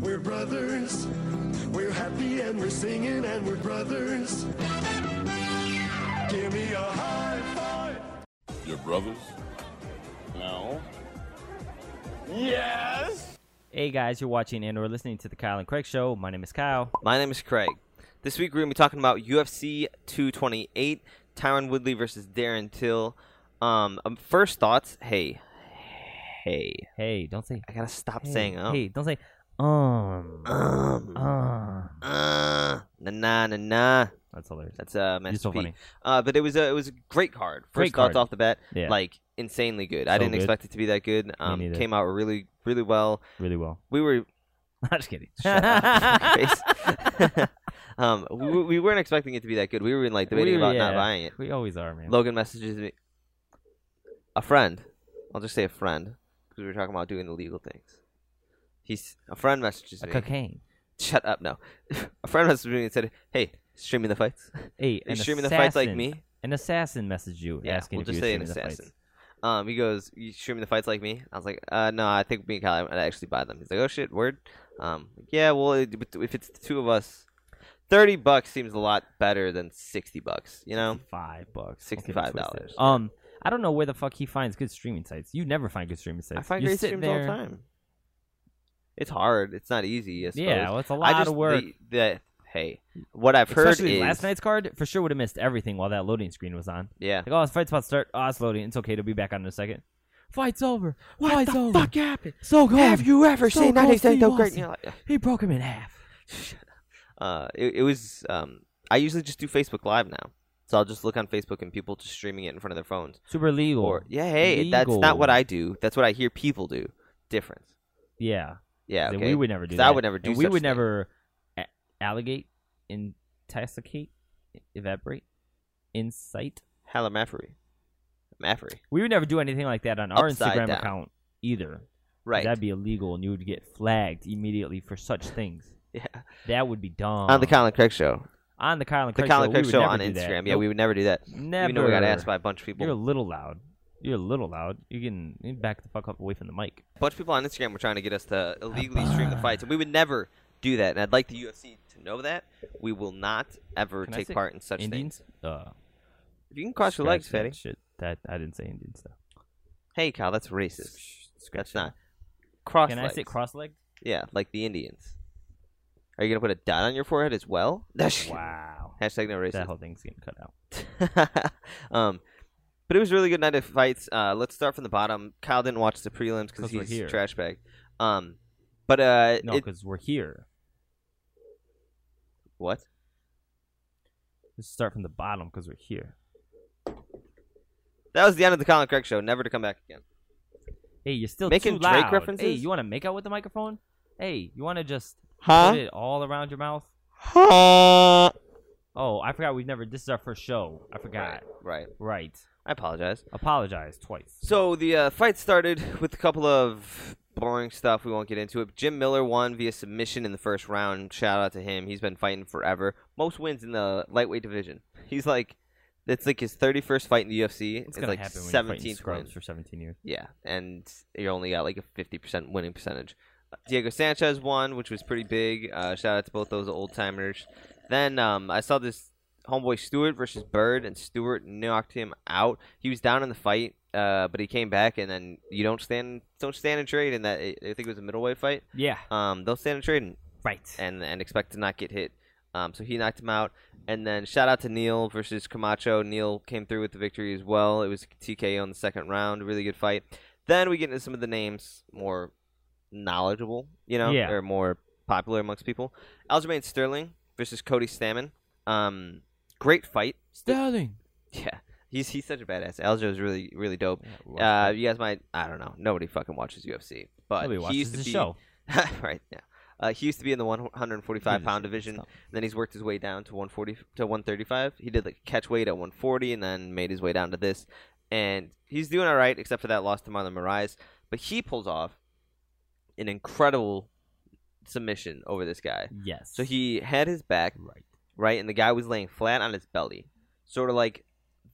we're brothers. We're happy and we're singing and we're brothers. Give me a high five. Your brothers? No. Yes! Hey guys, you're watching and or listening to the Kyle and Craig Show. My name is Kyle. My name is Craig. This week we're gonna be talking about UFC 228, Tyron Woodley versus Darren Till. Um, um, first thoughts. Hey, hey, Hey, don't say I gotta stop hey, saying um, Hey, don't say um. um, um. uh, na na na na. That's hilarious. That's uh, Master It's so P. funny. Uh, but it was a it was a great card. First Great thoughts card. off the bat, Yeah. like insanely good. I So didn't good. expect it to be that good. Um, neither. came out really really well. Really well. We were I'm just kidding. Shut up, Chris. um, we, we weren't expecting it to be that good. We were like debating We- about not yeah, buying it. We always are, man. Logan messages me, a friend. I'll just say a friend because we were talking about doing illegal things. He's a friend messages A me. cocaine. Shut up, no. a friend messaged me and said, "Hey, streaming the fights. Are Hey, you an streaming the assassin, fights like me? An assassin messaged you Yeah, asking we'll if just you say were an streaming the assassin. Um, he goes, "You streaming the fights like me?" I was like, "Uh, no, I think me and Kyle would actually buy them." He's like, "Oh shit, word." Um, yeah, well, it, but if it's the two of us, thirty bucks seems a lot better than sixty bucks. You know, fights. Five bucks. Don't get it $65. twisted. Um, I don't know where the fuck he finds good streaming sites. You never find good streaming sites. I find You're great sitting streams all the there- time. It's hard. It's not easy. I suppose. Yeah, well, it's a I lot just, of work. The, the- hey, what I've heard Especially is last night's card for sure would have missed everything while that loading screen was on. Yeah. Like, oh, his fight's about to start. Oh, it's loading. It's okay. It'll be back on in a second. Fight's over. Fight's over. happened? So cold. you ever So close to you, great? Austin. And you're like, He broke him in half. uh, it, it was. Um, I usually just do Facebook Live now, so I'll just look on Facebook and people just streaming it in front of their phones. Super legal. Or yeah, hey, that's not what I do. That's what I hear people do. Difference. Yeah. Yeah, that okay. We would never do 'Cause that. I would never do. And we such would a thing. never a- alligate, intoxicate, evaporate, incite. Hella Maffery. Maffery. We would never do anything like that on our Upside Instagram down. account either. Right. That'd be illegal, and you would get flagged immediately for such things. yeah. That would be dumb. on the Colin Craig show. on the Kyle and The Craig Colin show, Craig we would show never on do Instagram. that. Yeah, we would never do that. never. Even though we got asked by a bunch of people. You're a little loud. You're a little loud. You're getting you back the fuck up away from the mic. a bunch of people on Instagram were trying to get us to illegally stream the fights, and we would never do that. And I'd like the UFC to know that we will not ever Can I take say part in such things. Indians. Uh, If you can cross your legs, scratch that Fatty. Shit, that I didn't say Indian stuff. Hey, Kyle, that's racist. Scratch that's that. not. Cross Can legs. I say cross-legged? Yeah, like the Indians. Are you gonna put a dot on your forehead as well? That's Wow. Hashtag no That racist. whole thing's getting cut out. um, but it was a really good night of fights. Uh, let's start from the bottom. Kyle didn't watch the prelims because 'Cause we're he's here. a trash bag. Um, but uh, No, it- because we're here. what? Let's start from the bottom because we're here. That was the end of the Colin Craig show. Never to come back again. Hey, you're still Making too Drake loud. references? Hey, you want to make out with the microphone? Hey, you want to just Huh? put it all around your mouth? Huh? Oh, I forgot. We've never. This is our first show. I forgot. Right, right. Right. I apologize. Apologize twice. So the uh, fight started with a couple of boring stuff. We won't get into it. Jim Miller won via submission in the first round. Shout out to him. He's been fighting forever. Most wins in the lightweight division. He's like, that's like his 31st fight in the UFC. It's It's gonna like happen when you're fighting 17th win. scrubs for 17 years. Yeah, and you only got like a 50% winning percentage. Diego Sanchez won, which was pretty big. Uh, shout out to both those old timers. Then um, I saw this homeboy Stewart versus Bird, and Stewart knocked him out. He was down in the fight, uh, but he came back, and then you don't stand don't stand and trade in that. I think it was a middleweight fight. Yeah. Um, don't stand and trade and Right. and and expect to not get hit. Um, so he knocked him out, and then shout out to Neil versus Camacho. Neil came through with the victory as well. It was TKO in the second round, really good fight. Then we get into some of the names more knowledgeable, you know, Yeah. or more popular amongst people. Aljamain Sterling versus Cody Stammen. Um, great fight. Sterling. Yeah, he's he's such a badass. Aljo's really really dope. Yeah, well, Uh, you guys might I don't know. Nobody fucking watches UFC, but nobody he watches used to the be show. right. Yeah. Uh, he used to be in the 145 Goodness, pound it's division. not- And then he's worked his way down to 140 to 135. He did like catch weight at 140 and then made his way down to this. And he's doing all right, except for that loss to Marlon Moraes. But he pulls off an incredible submission over this guy. Yes. So he had his back Right. right, and the guy was laying flat on his belly, sort of like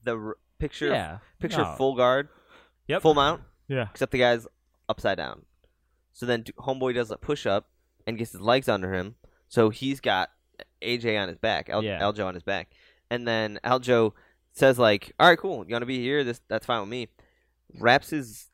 the r- picture Yeah. picture no. full guard, Yep. full mount Yeah. except the guy's upside down. So then d- homeboy does a push up, and gets his legs under him. So he's got AJ on his back, El- Yeah. Aljo on his back, and then Aljo says like, "All right, cool. You want to be here? This that's fine with me." Wraps his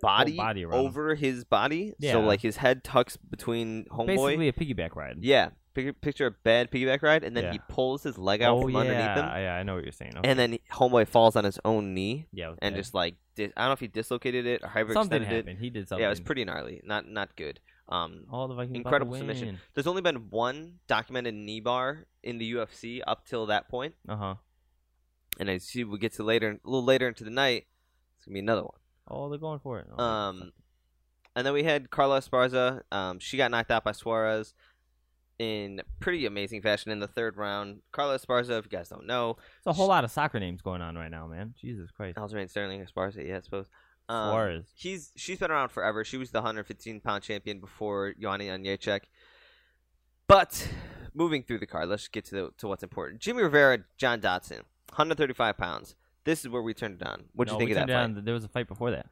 body, body around him. over his body, Yeah. so like his head tucks between homeboy. Basically a piggyback ride. Yeah, pic- picture a bad piggyback ride, and then Yeah. he pulls his leg out oh from yeah, underneath him, yeah, I know what you're saying. Okay. and then homeboy falls on his own knee yeah, it was and bad. just like dis- I don't know if he dislocated it or hyperextended something it. happened. He did something. Oh. Yeah, it was pretty gnarly. Not not good. Um, All the Vikings about to incredible submission. win. there's only been one documented knee bar in the UFC up till that point, Uh huh. and I see we get to later, a little later into the night, it's gonna be another one. Oh, they're going for it. Oh, Um, and then we had Carla Esparza. Um, she got knocked out by Suarez in pretty amazing fashion in the third round. Carla Esparza, if you guys don't know, it's a whole lot of soccer names going on right now, man. Jesus Christ. Aljamain Sterling Esparza, yeah, I suppose. Um, Suarez. She's she's been around forever. She was the 115 pound champion before Yanni Onyechek. But moving through the card, let's get to the, to what's important. Jimmy Rivera, John Dotson, 135 pounds. This is where we turned it on. What do No, you think we of that turned fight? down- There was a fight before that.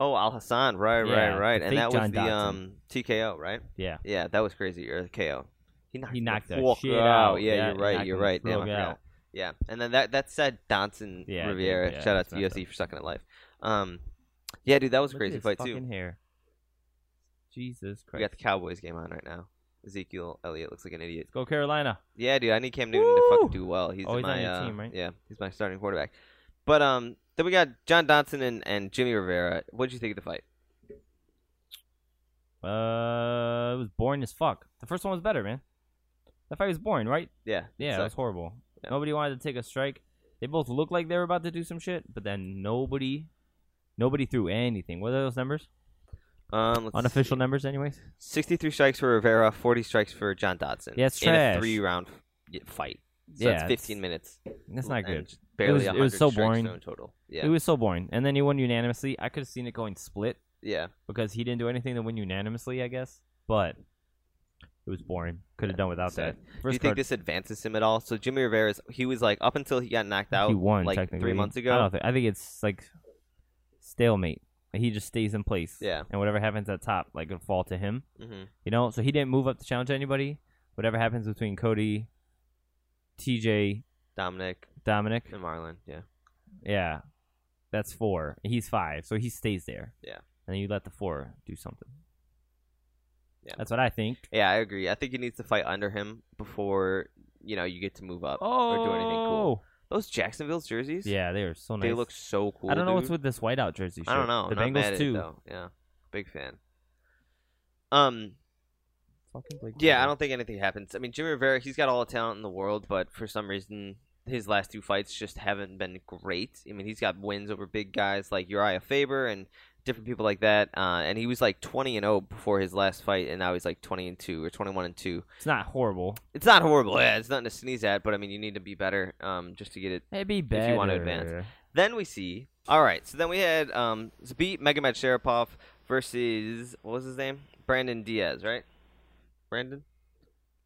Oh, Al Hassan, right, Yeah, right, right, the and fake that was John the Dotson. um, TKO, right? Yeah. Yeah, that was crazy. Or the KO. He knocked, He knocked the the fuck shit out. out. Yeah, Yeah, you're he knocked right. You're him right. Damn, I full forgot. out. Yeah, and then that that said Donson Yeah, it did, Riviera. yeah, Shout out it's to messed UFC for sucking it live. Um, yeah, dude, that was a Look at crazy his fight too. fucking hair. Jesus We Christ. got the Cowboys game on right now. Ezekiel Elliott looks like an idiot. Go Carolina. Yeah, dude, I need Cam Newton to Woo! fucking do well. He's Oh, he's on my your uh, team, right? yeah, he's my starting quarterback. But um, then we got John Dotson and, and Jimmy Rivera. What did you think of the fight? Uh, it was boring as fuck. The first one was better, man. That fight was boring, right? Yeah, Yeah, it was sucked. horrible. Yeah. Nobody wanted to take a strike. They both looked like they were about to do some shit, but then nobody, nobody threw anything. What are those numbers? um, let's Unofficial see. numbers, anyways. 63 strikes for Rivera, 40 strikes for John Dodson. Yeah, it's in trash. a three-round f- fight. So Yeah, it's it's- 15 minutes. That's not and good. it's Barely was- it 100 was so strikes boring. thrown total. Yeah, It was so boring. And then he won unanimously. I could have seen it going split yeah. because he didn't do anything to win unanimously, I guess. But it was boring. Could have done without sad. that. Do you First think card, this advances him at all? So Jimmy Rivera's he was like up until he got knocked out he won like technically three months I, ago. don't think, I think it's like stalemate. Like, he just stays in place. Yeah. And whatever happens at top, like it'll fall to him. hmm You know, so he didn't move up to challenge anybody. Whatever happens between Cody, TJ, Dominic Dominic, and Marlon. Yeah, yeah, that's four. He's five, so he stays there. Yeah. and then you let the four do something. Yeah. that's what I think. yeah, I agree. I think he needs to fight under him before you know you get to move up Oh, or do anything cool. Those Jacksonville jerseys, yeah, they are so nice. they look so cool. I don't know what's dude. with this whiteout jersey. Shirt. I don't know. The Not Bengals mad at it, too. though. Yeah, big fan. Um, Fucking Blake Yeah, I Bortles. don't think anything happens. I mean, Jimmy Rivera, he's got all the talent in the world, but for some reason, his last two fights just haven't been great. I mean, he's got wins over big guys like Uriah Faber and different people like that. Uh, and he was like 20 and 0 before his last fight, and now he's like 20 and 2 or 21 and 2. It's not horrible. It's not horrible. Yeah, it's nothing to sneeze at, but I mean, you need to be better um, just to get it It'd be better If you wanna advance. then we see. All right. So then we had um, Zabit Megamed Sharapov versus what was his name? Brandon Diaz, right? Brandon.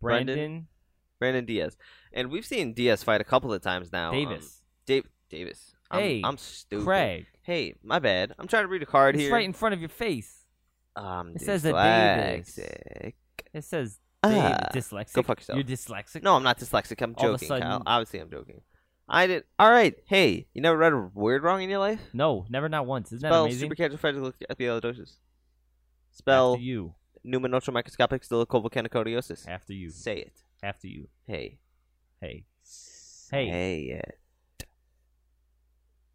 Brendan Brandon Brandon Diaz, and we've seen Diaz fight a couple of times now. um, Davis, Da- Davis. I'm, Hey, I'm stupid. Craig. Hey, my bad. I'm trying to read a card It's here. right in front of your face. um, It says a Davis. dyslexic. It says David, Ah, dyslexic. go fuck yourself. You're dyslexic. no, I'm not dyslexic. I'm All of a joking, sudden- Kyle. Obviously, I'm joking. I did. All right. Hey, you never read a word wrong in your life? No, never not once. Isn't that Spell amazing? supercalifragilisticexpialidocious. After Spell you. pneumonotromicroscopic stylocobocanicoidosis. After you. Say it. After you. Hey. Hey. Hey. Say it.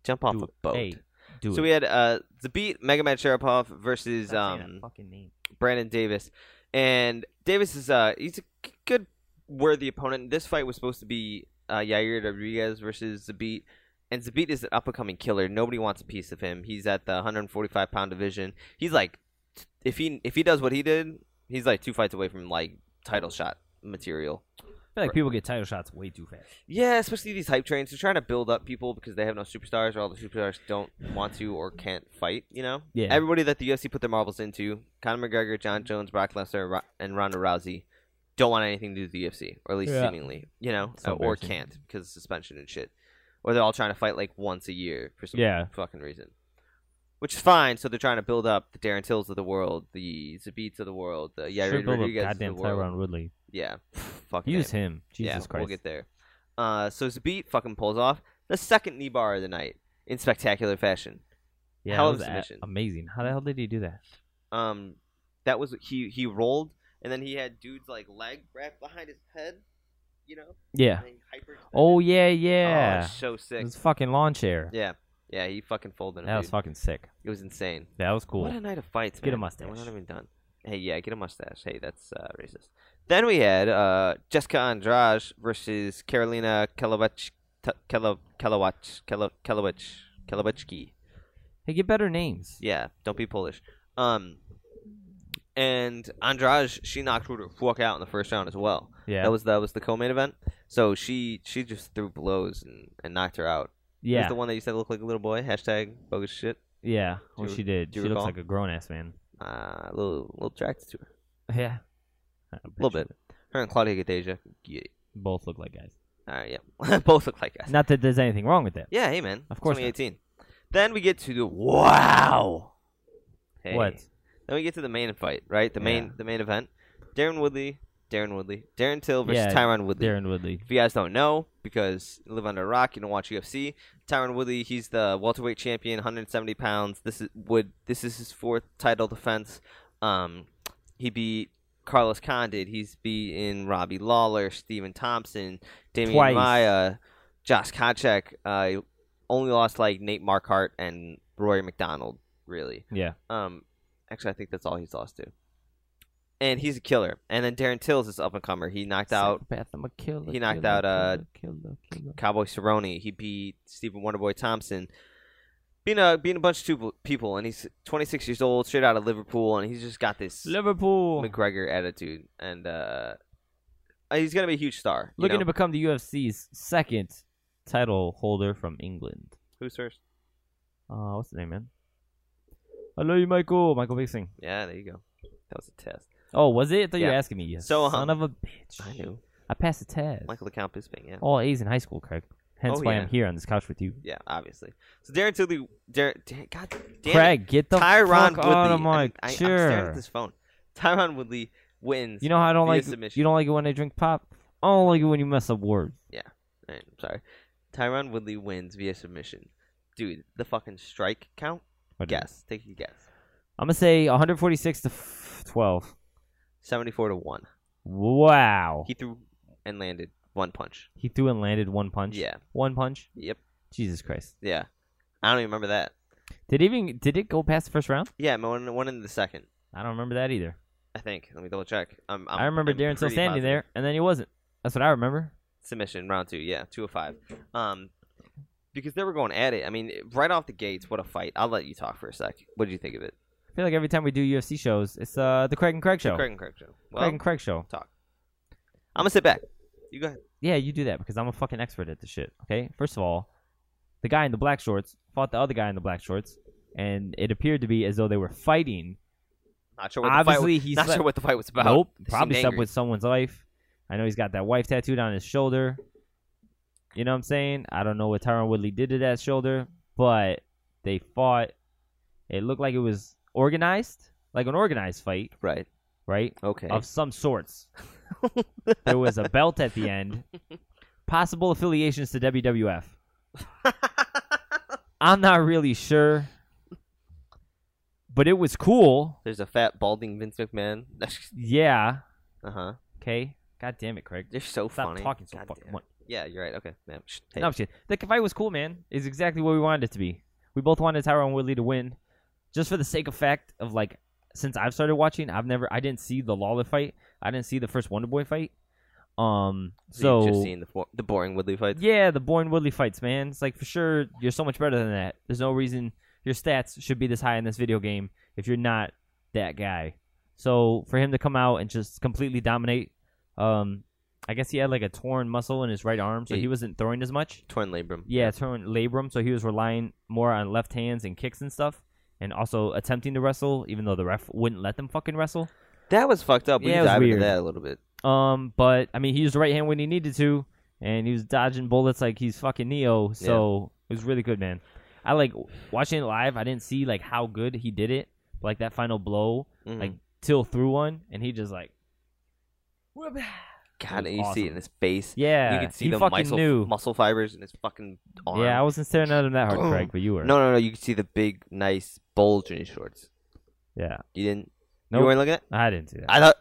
Jump off do a it. boat. Hey. Do so it. we had uh the beat Megaman Sharapov versus Stop saying that um fucking name. Brandon Davis. And Davis is uh he's a g- good worthy opponent. This fight was supposed to be uh Yair Rodriguez versus Zabit. And Zabit is an up and coming killer. Nobody wants a piece of him. He's at the 145 pound division. He's like if he if he does what he did, he's like two fights away from like title shot material. I feel like people get title shots way too fast. Yeah, especially these hype trains. They're trying to build up people because they have no superstars, or all the superstars don't want to or can't fight. You know, Yeah. Everybody that the UFC put their marbles into, Conor McGregor, John Jones, Brock Lesnar, Ro- and Ronda Rousey, don't want anything to do with the UFC, or at least Yeah. seemingly, you know, So uh, or embarrassing. can't because of suspension and shit, or they're all trying to fight like once a year for some Yeah. fucking reason. which is fine. So they're trying to build up the Darren Tills of the world, the Zabits of the world, the Yair Should build up Rodriguez of the goddamn world. Tyron Woodley. Yeah, fuck Use him. Jesus yeah, Christ. we'll get there. Uh, so Zabit fucking pulls off the second knee bar of the night in spectacular fashion. yeah, that hell of a was a- submission. amazing. How the hell did he do that? Um, that was he he rolled, and then he had dude's like leg wrapped behind his head, you know. Yeah. And then he hyperextended. Oh yeah, Oh, yeah. it's so sick. His fucking lawn chair. Yeah, yeah, he fucking folded him. that was dude. fucking sick. It was insane. That was cool. What a night of fights, Get a man. And We're mustache. not even done. Hey, yeah, get a mustache. Hey, that's uh, racist. Then we had uh, Jessica Andrade versus Carolina Kalowacz, Kalowacz, Kalowacz, Kalowacki. Hey, get better names. Yeah, don't be Polish. Um, and Andrade, she knocked her the fuck out in the first round as well. Yeah. That was that was the co-main event. So she she just threw blows and, and knocked her out. Who's yeah. the one that you said looked like a little boy. Hashtag bogus shit. yeah. Well, Do you- she did. do She you looks recall? like a grown ass man. Uh, a little little attracted to her. Yeah. A A little bit. Her and Claudia Gadeja. Yeah. Both look like guys. All right, yeah. Both look like us. Not that there's anything wrong with that. Yeah, hey, man. Of course not. 2018. Then we get to the wow. Hey. What? Then we get to the main fight, right? The main Yeah. the main event. Darren Woodley, Darren Woodley, Darren Till versus Yeah, Tyron Woodley. Darren Woodley. If you guys don't know, because you live under a rock, you don't watch UFC. Tyron Woodley, he's the welterweight champion, 170 pounds. This is would this is his fourth title defense. Um, he beat Carlos Condit. He's beaten Robbie Lawler, Steven Thompson, Damian Twice. Maya, Josh Koscheck. Uh, he only lost like Nate Markhart and Rory McDonald, really. Yeah. Um, actually, I think that's all he's lost to. And he's a killer. And then Darren Tills is up and comer. He knocked out Psychopath, I'm a killer, he knocked killer, out, uh, killer, killer, killer. Cowboy Cerrone. He beat Stephen Wonderboy Thompson. Being a being a bunch of two- people, and he's 26 years old, straight out of Liverpool, and he's just got this Liverpool McGregor attitude, and uh, he's gonna be a huge star. you looking know? to become the UFC's second title holder from England. who's first? Uh, what's the name, man? I love you, Michael. Michael Bixing. Yeah, there you go. That was a test. Oh, was it? I thought you were Yeah. asking me. You So, um, son of a bitch. I knew I passed the test. Michael LeCount Bisping. Yeah, All A's in high school, Craig. Hence Oh, why yeah. I'm here on this couch with you. yeah, obviously. So Darren Tilly, Darren, Darren God damn it. Craig, get the Tyron fuck Woodley. out of I, my I, I'm staring chair. at this phone. Tyron Woodley wins. You know how I don't via like submission. you don't like it when I drink pop. I don't like it when you mess up words. All right, I'm Eh, sorry. Tyron Woodley wins via submission. Dude, the fucking strike count? What is it? Guess. Take a guess. I'm gonna say 146 to f- 12. 74 to 1. Wow. He threw and landed one punch. He threw and landed one punch. Yeah. One punch. Yep. Jesus Christ. Yeah. I don't even remember that. Did it even did it go past the first round? Yeah, my one, one in the second, I don't remember that either. I think. Let me double check. I'm, I'm, i remember I'm Darren still pretty standing positive. there, and then he wasn't. That's what I remember. Submission, round two. Yeah, 2 of 5. Um, because they were going at it. I mean, right off the gates, what a fight. I'll let you talk for a sec. What did you think of it? I feel like every time we do UFC shows, it's uh the Craig and Craig show. Craig and Craig Joe. Well, Craig and Craig show. I'm going to sit back. You go ahead. Yeah, you do that because I'm a fucking expert at this shit. Okay, first of all, the guy in the black shorts fought the other guy in the black shorts, and it appeared to be as though they were fighting. Not sure what the fight Obviously, was, he not slept- sure what the fight was about. nope, They probably seemed slept angry. with someone's wife. I know he's got that wife tattooed on his shoulder. You know what I'm saying? I don't know what Tyron Woodley did to that shoulder, but they fought. It looked like it was organized, like an organized fight, Right. right? Okay. Of some sorts. there was a belt at the end. Possible affiliations to WWF. I'm not really sure, but it was cool. There's a fat balding Vince McMahon. Yeah. uh huh. Okay. God damn it, Craig. They're so Stop funny. talking so God fucking damn. much. Yeah, you're right. Okay, man. Shh. Hey. No, I'm just kidding. The fight was cool, man. It's exactly what we wanted it to be. We both wanted Tyron Woodley to win, just for the sake of fact of like, since I've started watching, I've never, I didn't see the Lawler fight, I didn't see the first Wonder Boy fight. Um, you've so just seen the fo- the boring Woodley fights. yeah, the Bourne Woodley fights, man. It's like for sure you're so much better than that. There's no reason your stats should be this high in this video game if you're not that guy. So for him to come out and just completely dominate, um, I guess he had like a torn muscle in his right arm, so Yeah. he wasn't throwing as much. Torn labrum. Yeah, torn labrum, so he was relying more on left hands and kicks and stuff, and also attempting to wrestle, even though the ref wouldn't let them fucking wrestle. that was fucked up. We Yeah, it can was dive into weird. that a little bit. Um, but I mean, he used the right hand when he needed to, and he was dodging bullets like he's fucking Neo. So it was really good, man. I like watching it live. I didn't see like how good he did it, but, like that final blow, Mhm. like Till threw one, and he just like, "Whoop." God, was and you see it awesome. in his face. yeah, you can see he the fucking muscle, knew. muscle fibers in his fucking arm. Yeah, I wasn't staring at him that hard, Boom. Craig, but you were. no, no, no. You can see the big, nice bulge in his shorts. yeah, You didn't. Nope. You weren't looking at. I didn't see that. I thought.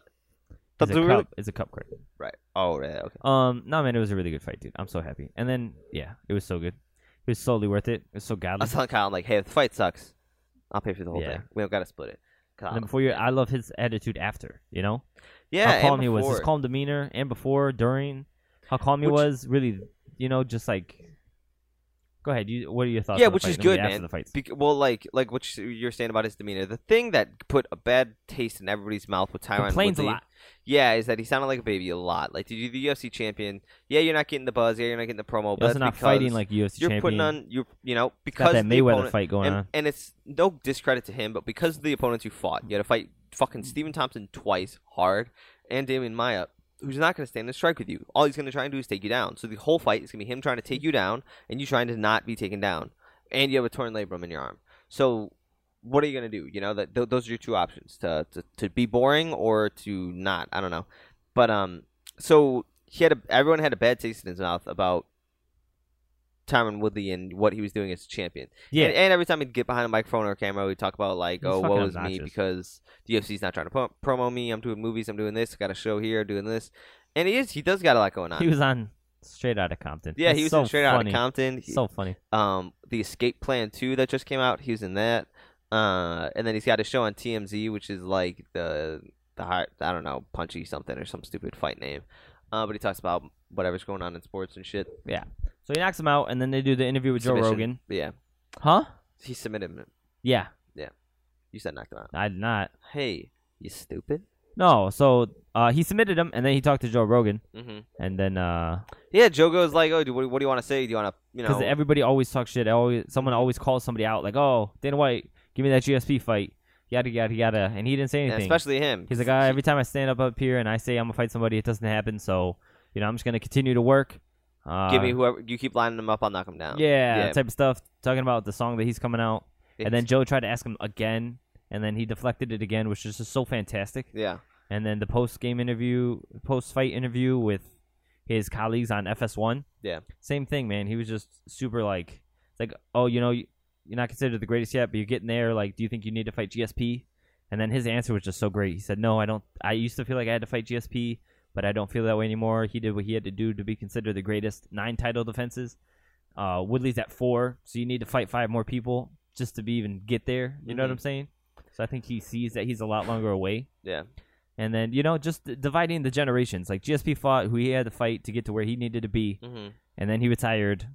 it's, That's a what we cup, were look- it's a cup, Craig. Right. Oh, right. Okay. Um, no man, it was a really good fight, dude. I'm so happy. And then yeah, it was so good. It was solely worth it. It was so I godly. was telling Kyle, I'm like, hey, if the fight sucks, I'll pay for the whole Yeah. thing. We don't gotta split it. Kyle, And then before you, I love his attitude after. You know, yeah, how and calm he was, his before. calm demeanor, and before, during, how calm he Which- was. Really, you know, just like. Go ahead. You, what are your thoughts? Yeah, on the which fight? is Then we good, get after man. The fights. Bec- well, like, like what you- you're saying about his demeanor, the thing that put a bad taste in everybody's mouth with Tyron Complains a Woodley- lot. Yeah, is that he sounded like a baby a lot. Like, did you the UFC champion? Yeah, you're not getting the buzz. Yeah, you're not getting the promo. He But also that's not because fighting like UFC you're champion. putting on you. You know, Got because that the Mayweather opponent- fight going and, on. and it's no discredit to him, but because of the opponents you fought, you had to fight fucking Stephen Thompson twice hard and Damian Maya, who's not going to stand and strike with you. All he's going to try and do is take you down. So the whole fight is going to be him trying to take you down and you trying to not be taken down. And you have a torn labrum in your arm. So what are you going to do? You know, that th- those are your two options to, to, to be boring or to not. I don't know. But, um, so he had a, everyone had a bad taste in his mouth about Tyron Woodley and what he was doing as a champion. Yeah, And, and every time he'd get behind a microphone or a camera, we'd talk about like, He's oh, fucking woe is me obnoxious. because the UFC's not trying to pro- promo me. I'm doing movies. I'm doing this. I got a show here. doing this. And he is. He does got a lot going on. he was on Straight Outta Compton. yeah, That's he was so in straight out funny. of Compton. He- So funny. um, the Escape Plan Two that just came out. He was in that. Uh, and then he's got a show on TMZ, which is like the the heart. I don't know, punchy something or some stupid fight name. Uh, but he talks about whatever's going on in sports and shit. So he knocks him out, and then they do the interview with Joe Submission. Rogan. But yeah, Huh? he submitted him. Yeah, You said knocked him out. I did not. Hey, you stupid. No, so uh, he submitted him, and then he talked to Joe Rogan, Mm-hmm. and then uh Yeah, Joe goes like, "Oh, dude, what, what do you want to say? Do you want to, you know?" because everybody always talks shit. Always, someone always calls somebody out, like, "Oh, Dana White, give me that GSP fight." Yada yada yada, and he didn't say and anything. especially him. He's like, "Ah, every time I stand up up here and I say I'm gonna fight somebody, it doesn't happen. So, you know, I'm just gonna continue to work. Uh, "Give me whoever you keep lining them up, I'll knock them down." yeah, Yeah. that type of stuff. Talking about the song that he's coming out, and then Joe tried to ask him again, and then he deflected it again, which is just so fantastic. yeah, And then the post game interview, post fight interview with his colleagues on FS1. Yeah. Same thing, man. He was just super like, like, oh, you know, you- you're not considered the greatest yet, but you're getting there. Like, do you think you need to fight GSP? And then his answer was just so great. He said, no, I don't. I used to feel like I had to fight GSP, but I don't feel that way anymore. He did what he had to do to be considered the greatest. Nine title defenses. Uh, Woodley's at four, so you need to fight five more people just to be even get there. You know what I'm Mhm. saying? So I think he sees that he's a lot longer away. yeah, And then, you know, just d- dividing the generations. Like GSP fought who he had to fight to get to where he needed to be, hmm and then he retired.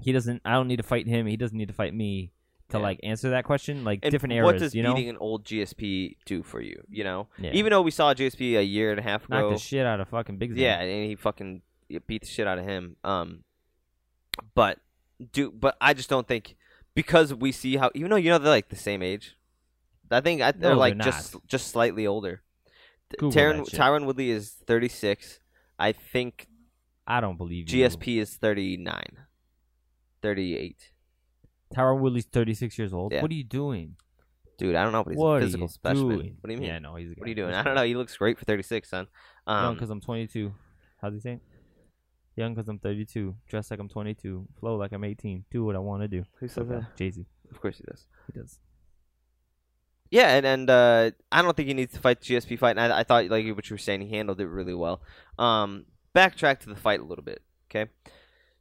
He doesn't I don't need to fight him, he doesn't need to fight me to Yeah. like answer that question. Like And different What eras, does you know? beating an old GSP do for you? You know, Yeah. even though we saw GSP a year and a half Knock ago, the shit out of fucking Big Zan. yeah, and he fucking beat the shit out of him. Um, but do but I just don't think because we see how even though you know they're like the same age, I think I, they're they're like not. just just slightly older. Th- Google Tyron, that shit. Tyron Woodley is thirty six. I think I don't believe you. GSP is 39. 38. Tyron Woodley's thirty six years old. Yeah. What are you doing? Dude, I don't know, but he's what a are physical you specimen. doing? What do you mean? Yeah, no, he's a What are you guy. doing? He's I don't know. fine. He looks great for 36, son. Young Um, because I'm twenty two. How's he saying? Young because I'm thirty two. Dress like I'm twenty two. Flow like I'm eighteen. Do what I want to do. Who said that? Jay Z. of course he does. He does. Yeah, and, and uh, I don't think he needs to fight the GSP fight. And I, I thought, like what you were saying, he handled it really well. Um, backtrack to the fight a little bit, okay?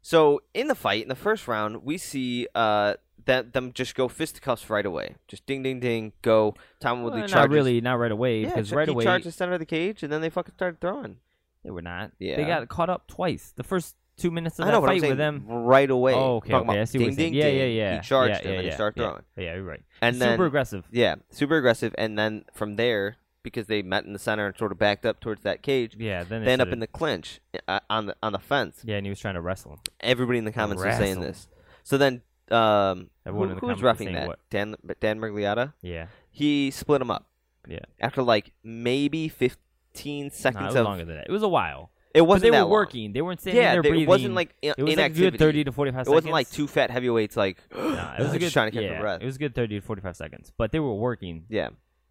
So in the fight, in the first round, we see uh, that them just go fisticuffs right away. Just ding, ding, ding, go. Tom Woodley Well, not charges. really, not right away yeah, because cha- right he away charged the center of the cage, and then they fucking started throwing. They were not. They Yeah. got caught up twice. The first two minutes of I that know, but I'm fight saying with them. right away. Oh, okay. Talking okay, about I see ding, what you're saying. ding, yeah, ding. yeah, yeah. He charged yeah, him yeah, and yeah, he started throwing. Yeah, yeah, you're right. And Super then aggressive. yeah, super aggressive. And then from there, because they met in the center and sort of backed up towards that cage, Yeah, then they end up in the clinch uh, on the on the fence. Yeah, and he was trying to wrestle him. Everybody in the comments was saying Wrestle. this. So then, um, Everyone who, in the who was comments was roughing saying that? what? Dan Dan Mergliotta. Yeah. He split him up. Yeah. After like maybe fifteen Nah, it seconds was of longer than that. It was a while. It But wasn't they that were long. working. They weren't standing Yeah, there they- breathing. it wasn't like in- it was like a inactivity. good thirty to forty-five. It wasn't like seconds. two fat heavyweights like Nah, it was a just good, trying to catch yeah, their breath. It was a good thirty to forty-five seconds, but they were working. yeah.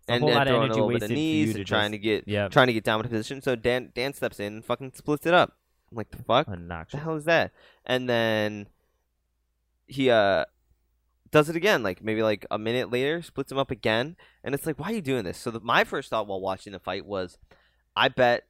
a And, whole and lot of throwing energy it over the wasted for you knees to and trying just- to get yeah. trying to get dominant position. So Dan Dan steps in and fucking splits it up. I'm like the fuck? the Obnoxious. hell is that? And then he uh does it again, like maybe like a minute later, splits him up again, and it's like, why are you doing this? So the, my first thought while watching the fight was, I bet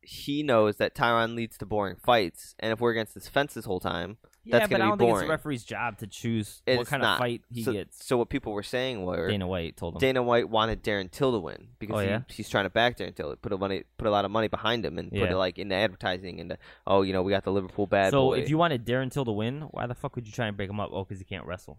he knows that Tyron leads to boring fights, and if we're against this fence this whole time, Yeah, that's but gonna I don't be think it's boring. the referee's job to choose what It's kind not. of fight he so, gets. so what people were saying were Dana, Dana White told him. White wanted Darren Till to win because Oh, he, yeah? he's trying to back Darren Till, put a money, put a lot of money behind him, and put Yeah. it like into advertising and oh, you know, we got the Liverpool bad so boy. if you wanted Darren Till to win, why the fuck would you try and break him up? Oh, because he can't wrestle.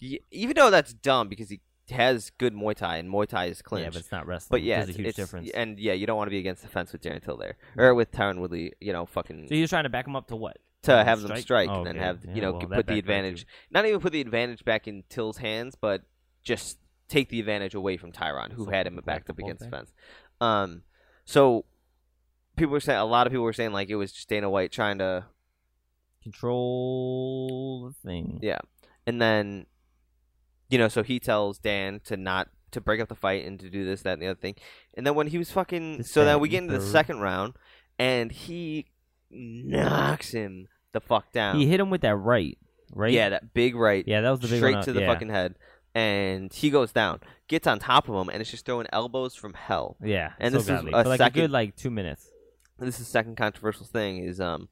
Ye- even though that's dumb because he has good Muay Thai and Muay Thai is clinch. Yeah, but it's not wrestling. But yeah, there's a it's- huge it's- difference. And yeah, you don't want to be against the fence with Darren Till there or with Tyron Woodley. You know, fucking so he was trying to back him up to what? to have them strike Oh, and then okay. have Yeah, you know well, g- that put the backfired advantage. too. Not even put the advantage back in Till's hands, but just take the advantage away from Tyron, who So had him like backed the up whole against the thing? fence. Um, so people were saying a lot of people were saying like it was just Dana White trying to Control the thing. Yeah. And then, you know, so he tells Dan to not to break up the fight and to do this, that, and the other thing. And then when he was fucking, This, so that, then we and get into the third. second round, and he knocks him the fuck down. He hit him with that right, right? Yeah, that big right, yeah, that was the big straight one up, to the yeah. fucking head, and he goes down, gets on top of him, and it's just throwing elbows from hell. Yeah, And so this is godly. a For like second- a good like two minutes. And this is the second controversial thing is um,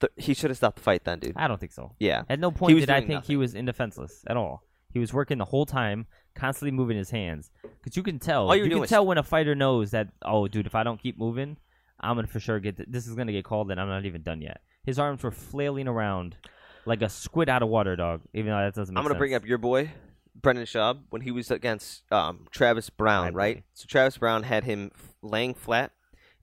th- he should have stopped the fight then, dude. I don't think so. Yeah, At no point was did I doing think he was indefenseless at all. He was working the whole time, constantly moving his hands. Cause you can tell, All you were you doing can was- tell when a fighter knows that. Oh, dude, if I don't keep moving, I'm gonna for sure get th- this is gonna get called, and I'm not even done yet. His arms were flailing around like a squid out of water, dog. Even though that doesn't make I'm gonna bring sense. up your boy, Brendan Schaub, when he was against um, Travis Brown, My boy. right? So Travis Brown had him f- laying flat.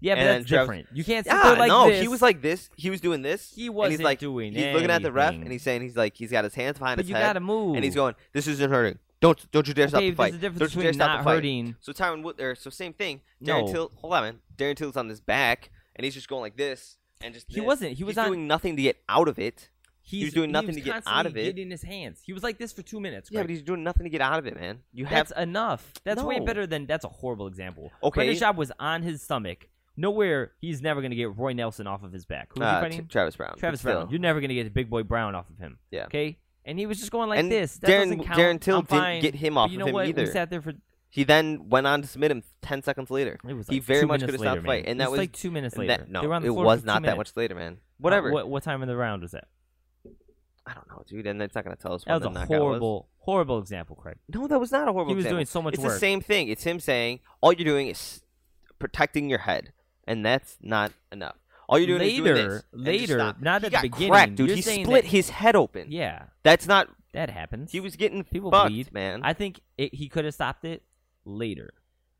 Yeah, but and that's Travis- different. You can't sit Yeah, there like no, this. he was like this. He was doing this. He and he's wasn't like, doing He's looking at the ref anything. and he's saying he's like he's got his hands behind but his you head, gotta move. and he's going, "This isn't hurting. Don't don't you dare stop Okay, the fight. There's a difference don't you dare between stop not the fight." hurting. So Tyron Wood, or so same thing. Darren No. Till, hold on, man. Darren Till's on his back and he's just going like this and just. He this. wasn't. He was he's on- doing nothing to get out of it. He's, was doing he nothing was to get out constantly of it. Getting his hands. He was like this for two minutes. Yeah, Craig. but he's doing nothing to get out of it, man. You have That's enough. That's way No. better than that's a horrible example. Okay. Brendan Schaub was on his stomach. Nowhere he's never gonna get Roy Nelson off of his back. Who's uh, he T- fighting? Travis Brown. but Travis still. Brown. You're never gonna get Big Boy Brown off of him. Yeah. Okay? And he was just going like And this. That Darren- doesn't count. Darren Till I'm didn't fine. get him But off you of know him what? either. We sat there for uh, He then went on to submit him ten seconds later. it was like he very two much minutes could have later, stopped the fight, man. and It that was was like two minutes and later. that- no, They were on the it floor was for two not that minutes. much later, man. Uh, Whatever. what, what time of the round was that? I don't know, dude, and that's not gonna tell us. That when was the a knockout horrible, horrible example, Craig. No, that was not a horrible. He was example. doing so much It's work. the same thing. It's him saying all you're doing is protecting your head, and that's not enough. All you're doing is doing Later- this. and later, just stop. not he at the got beginning. Cracked, dude. You're he saying split that- his head open. Yeah, That's not. that happens. He was getting People fucked, bleed. man. I think it, he could have stopped it later,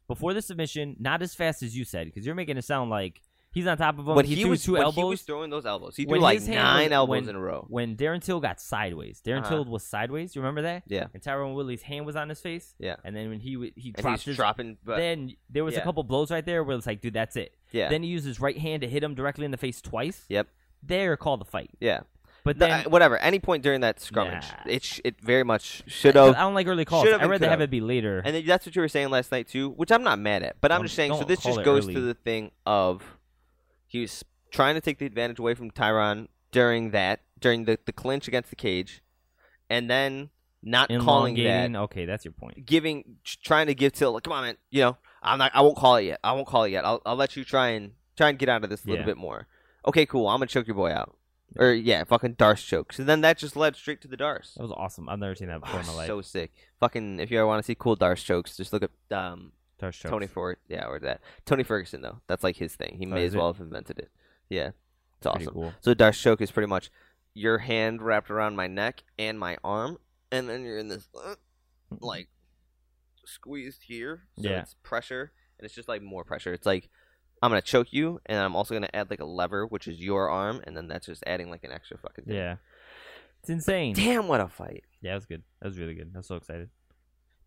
before the submission. Not as fast as you said, because you're making it sound like he's on top of him. when he, he threw was two when elbows. he was throwing those elbows, he When threw like his hand was- nine elbows when- in a row. when Darren Till got sideways. Darren Uh-huh. Till was sideways. You remember that? Yeah. And Tyrone Woodley's hand was on his face. Yeah. And then when he w- he And dropped he's his. dropping, but then there was yeah. a couple blows right there where it's like, dude, that's it. yeah, Then he used his right hand to hit him directly in the face twice. Yep. There, called the fight. yeah. But No, then uh, whatever. Any point during that scrummage, Nah. it sh- it very much should I have. don't like early calls. should've I'd and rather have could've. it be later. And then that's what you were saying last night too, which I'm not mad at. But I'm Don't- just saying. So don't this call just it goes to early. the thing of he was trying to take the advantage away from Tyron during that during the the clinch against the cage, and then not calling that, Elongating. Okay, that's your point. giving trying to give Till like, come on man, you know I'm not I won't call it yet. I won't call it yet. I'll I'll let you try and try and get out of this a little Yeah. bit more. Okay, cool. I'm gonna choke your boy out. Or yeah, fucking Darce choke. So then that just led straight to the Darce. That was awesome. I've never seen that before in my life. So sick. Fucking, if you ever want to see cool Darce jokes, just look up um, Darce Chokes. Tony Ford. Yeah, or that. Tony Ferguson, though. That's like his thing. He may Oh, is as it? well have invented it. Yeah. It's Pretty awesome. cool. So Darce choke is pretty much your hand wrapped around my neck and my arm, and then you're in this, uh, like, squeezed here. So Yeah. it's pressure, and it's just like more pressure. It's like, I'm going to choke you, and I'm also going to add like a lever, which is your arm, and then that's just adding like an extra fucking thing. Yeah. It's insane. Damn, what a fight. Yeah, that was good. That was Oh. really good. I was so excited.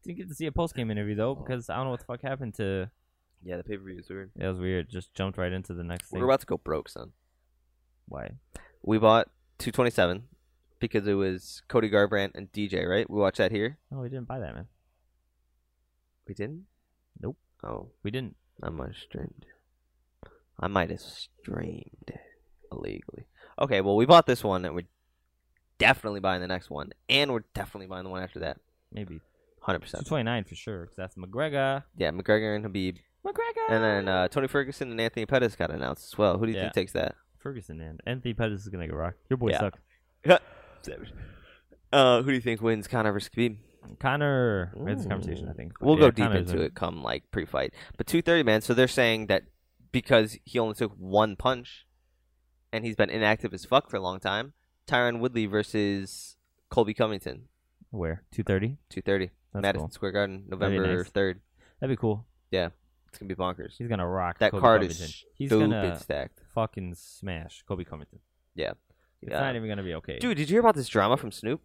Didn't get to see a post game interview though because I don't know what the fuck happened to Yeah, the pay per view is weird. It was weird. Just jumped right into the next thing. We're about to go broke, son. Why? We bought 227 because it was Cody Garbrandt and DJ, right? We watched that here. No, we didn't buy that, man. We didn't? Nope. Oh, We didn't. I might have streamed. it. I might have streamed it illegally. Okay, well, we bought this one, and we're definitely buying the next one, and we're definitely buying the one after that. Maybe 100%. 229 for sure. Because that's McGregor. Yeah, McGregor and Habib. McGregor. And then uh, Tony Ferguson and Anthony Pettis got announced as well. Who do you Yeah. think takes that? Ferguson and Anthony Pettis is gonna get rocked. Your boy Yeah. sucks. Uh, who do you think wins, Conor versus Khabib? Connor. We had this conversation, I think. We'll Yeah, go deep Connor's into in. it come like pre-fight. But 230, man. So they're saying that because he only took one punch, and he's been inactive as fuck for a long time. Tyron Woodley versus Colby Covington, Where? 230. 230, That's Madison cool. Square Garden, That'd be November nice. 3rd. That'd be cool. It's gonna be bonkers. He's gonna rock. That Kobe card Covington. is He's stupid gonna stacked. fucking smash Kobe Covington. Yeah. It's Yeah. not even gonna be okay. Dude, did you hear about this drama from Snoop?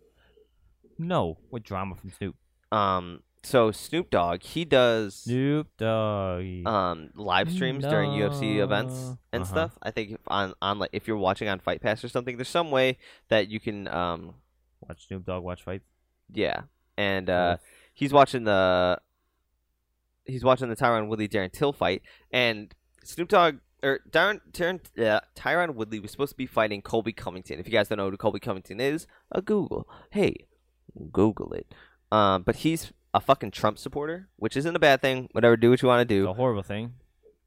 No. What drama from Snoop? Um, so Snoop Dogg, he does Snoop Doggy. um live streams during UFC events Mm. No. and Uh-huh. stuff. I think if on on like if you're watching on Fight Pass or something, there's some way that you can um watch Snoop Dogg watch fights. yeah. And uh he's watching the he's watching the Tyron Woodley Darren Till fight and Snoop Dogg or Darren Tyron yeah, Tyron Woodley was supposed to be fighting Colby Covington. If you guys don't know who Colby Covington is, a Google. Hey, Google it. Um, but he's a fucking Trump supporter, which isn't a bad thing. Whatever, do what you want to do. It's a horrible thing.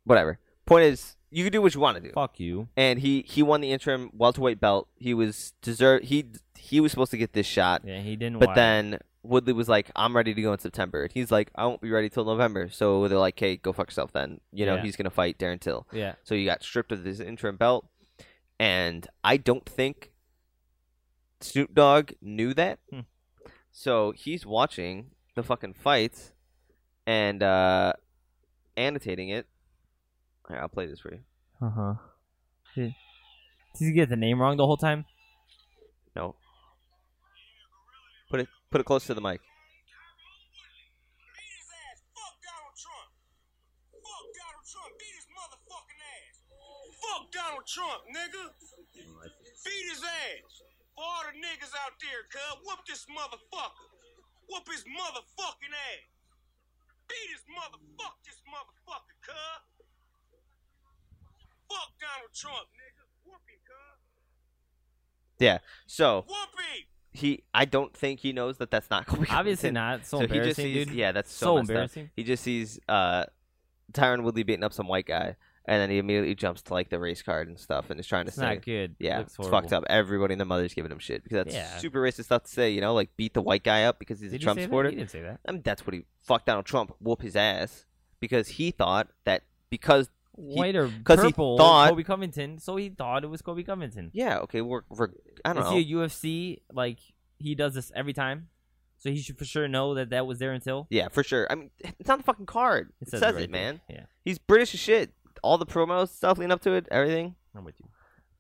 whatever. Point is, you can do what you want to do. Fuck you. And he he won the interim welterweight belt. He was deserved. He he was supposed to get this shot, Yeah, he didn't. but watch. then Woodley was like, "I'm ready to go in September." And he's like, "I won't be ready till November." So they're like, "Hey, go fuck yourself." Then you know Yeah. he's gonna fight Darren Till. yeah, So he got stripped of his interim belt, and I don't think Snoop Dogg knew that. Hmm. So he's watching the fucking fights and uh, annotating it. Here, I'll play this for you. uh huh. Did you get the name wrong the whole time? No, put it put it close to the mic. Beat his ass. Fuck Donald Trump. Fuck Donald Trump. Beat his motherfucking ass. Fuck Donald Trump, nigga. Beat his ass. For all the niggas out there, cub, whoop this motherfucker. Whoop his motherfucking ass. Beat his motherfuck this motherfucker, cub. Fuck Donald Trump, nigga. Whoop him, cub. So Whoop him. he, I don't think he knows that that's not Kobe. Obviously Covington. not. So, So he just embarrassing, sees, dude. yeah, that's so, so messed up. embarrassing. He just sees uh, Tyron Woodley beating up some white guy, and then he immediately jumps to like the race card and stuff, and is trying It's to say, not good. "Yeah, Looks it's fucked horrible. up." Everybody and their mother's giving him shit because that's Yeah. super racist stuff to say. You know, like beat the white guy up because he's Did a he Trump say that? supporter. He didn't say that. I mean, that's what he fucked Donald Trump, whoop his ass, because he thought that because White or 'cause he purple? thought- Kobe Covington. So he thought it was Kobe Covington. yeah, okay, we're, we're I don't Is know. he a UFC? Like he does this every time, so he should for sure know that that was there until. yeah, for sure. I mean, it's on the fucking card. It, says, right it, there. man. Yeah, He's British as shit. All the promos stuff leading up to it, everything. I'm with you.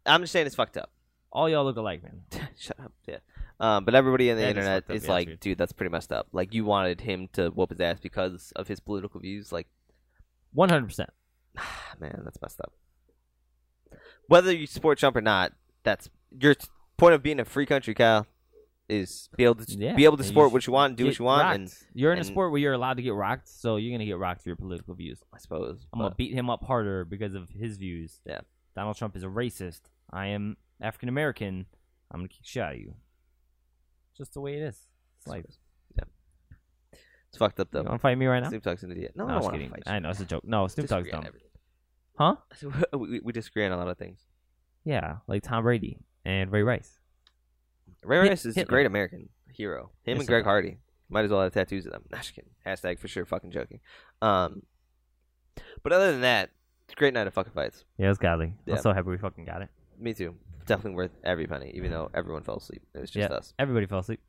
I'm just saying it's fucked up. All y'all look alike, man. Shut up. Yeah. Um, but everybody on the That is internet fucked up, is yeah, it's like, weird. dude, that's pretty messed up. Like, you wanted him to whoop his ass because of his political views. Like, ah, One hundred percent. man, that's messed up. Whether you support Trump or not, that's your t- point of being a free country, Kyle, is be able to Yeah, be able to and you support sh- what you want, and do what Get you want, rocked. and you're in a and- sport where you're allowed to get rocked, so you're gonna get rocked for your political views. I suppose. I'm gonna but- beat him up harder because of his views. Yeah. Donald Trump is a racist. I am African American. I'm gonna kick shit out of you. Just the way it is. It's like it's fucked up you though. wanna fight me right now? Snoop Dogg's an idiot. No, No, I I don't was want to kidding. fight. I know it's a joke. No, Snoop Dogg's dumb. dumb. Huh? we, we- we disagree on a lot of things. Yeah, like Tom Brady and Ray Rice. Ray Hit- Rice is a Hitler. great American hero. Him Yes, and Greg sir. Hardy might as well have tattoos of them. Nah, just kidding. Hashtag for sure. Fucking joking. Um, but other than that, it's a great night of fucking fights. Yeah, it was godly. Yeah. I'm so happy we fucking got it. Me too. Definitely worth every penny, even though everyone fell asleep. It was just yeah, us. everybody fell asleep.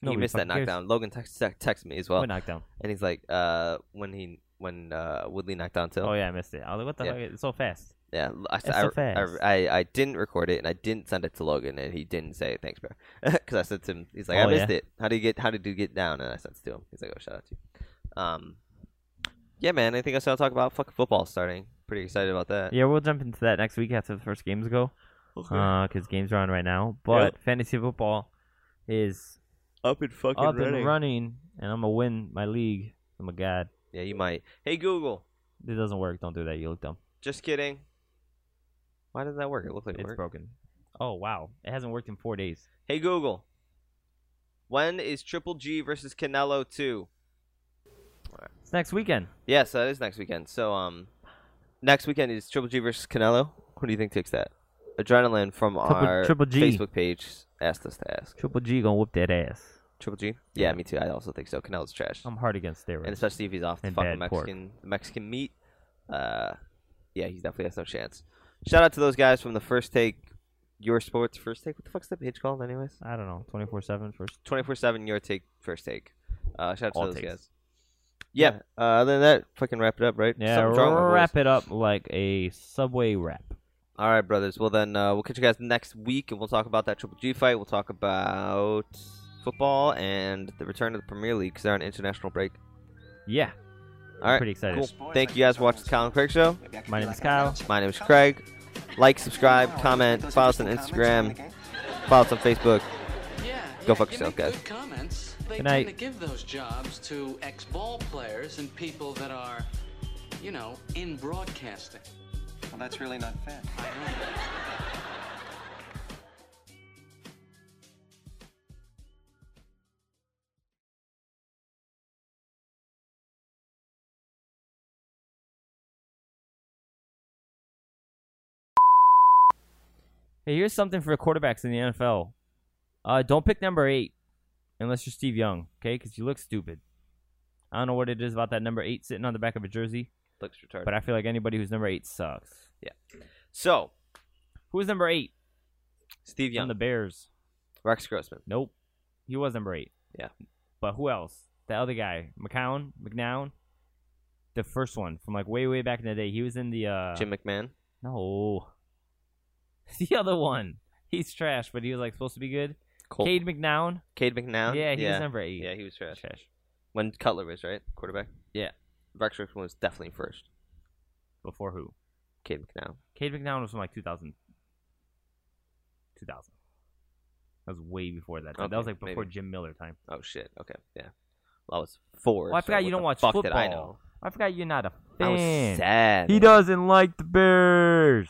he Nobody missed that fucking cares. knockdown. Logan text texted me as well, What knockdown? and he's like, uh, when he when uh Woodley knocked down Till. Oh yeah, I missed it. I was like, what the Yeah. fuck? It's so fast. yeah. I, That's so I, I, fast. I I didn't record it, and I didn't send it to Logan, and he didn't say thanks, bro, because I sent him. He's like, I Oh, yeah. missed it. How do you get? How did you get down? And I sent it to him. He's like, oh, shout out to you. Um, Yeah, man. Anything else I'll talk about? Fucking football starting. Pretty excited about that. Yeah, we'll jump into that next week after the first games go, because games are on right now. But fantasy football is up and fucking up and running, and I'm gonna win my league. I'm a god. Yeah, you might. Hey Google. It doesn't work. Don't do that. You look dumb. Just kidding. Why doesn't that work? It looked like it it's worked. broken. Oh wow, it hasn't worked in four days. Hey Google. When is Triple G versus Canelo two? It's next weekend. Yeah, so that is next weekend. So um, next weekend is Triple G versus Canelo. Who do you think takes that? Adrenaline from our Triple G. Facebook page asked us to ask. Triple G gonna whoop that ass. Triple G? Yeah, me too. I also think so. Canelo's trash, I'm hard against and steroids. especially if he's off Oh the and fucking bad pork. Mexican Mexican meat. Uh, yeah, he definitely has no chance. Shout out to those guys from the first take, your sports first take. What the fuck's that page called, anyways? I don't know. 24 seven first. Twenty four seven, your take, first take. Uh, shout out All to those takes. guys. Yeah. Uh, other than that, fucking wrap it up, right? Yeah, Something's wrong with my voice. wrap it up like a subway wrap. All right, brothers. Well, then uh, we'll catch you guys next week, and we'll talk about that Triple G fight. We'll talk about football and the return of the Premier League because they're on international break. Yeah, All right. pretty excited. Cool. Thank you guys for watching the Colin Craig Show. My name is Kyle. My name is Craig. Like, subscribe, comment, follow us on Instagram, follow us on Facebook. Yeah, Go yeah, you fuck yourself, make guys. Good comments. They Good tend night. to give those jobs to ex-ball players and people that are, you know, in broadcasting. Well, that's really not fair. I don't- Hey, here's something for quarterbacks in the NFL. Uh, don't pick number eight unless you're Steve Young, okay? Because you look stupid. I don't know what it is about that number eight sitting on the back of a jersey, Looks retarded. but I feel like anybody who's number eight sucks. so, Who was number eight? Steve From Young, the Bears. Rex Grossman. Nope. He was number eight. Yeah. But who else? The other guy, McCown, McNown, the first one from like way, way back in the day. He was in the uh, Jim McMahon. No. The other one. He's trash, but he was like supposed to be good. Colt. Cade McNown. Cade McNown. Yeah, he yeah. was number eight. Yeah, he was trash. trash. When Cutler was, right? Quarterback? Yeah. Rex Grossman was definitely first. Before who? Cade McNown. Cade McNown was from like 2000. 2000. That was way before that. time. Okay, that was like before maybe. Jim Miller time. Oh, shit. Okay. Yeah. Well, I was four. Well, I so forgot what you don't the watch fuck football. Did I know? I forgot you're not a I fan. was sad. He doesn't like the Bears.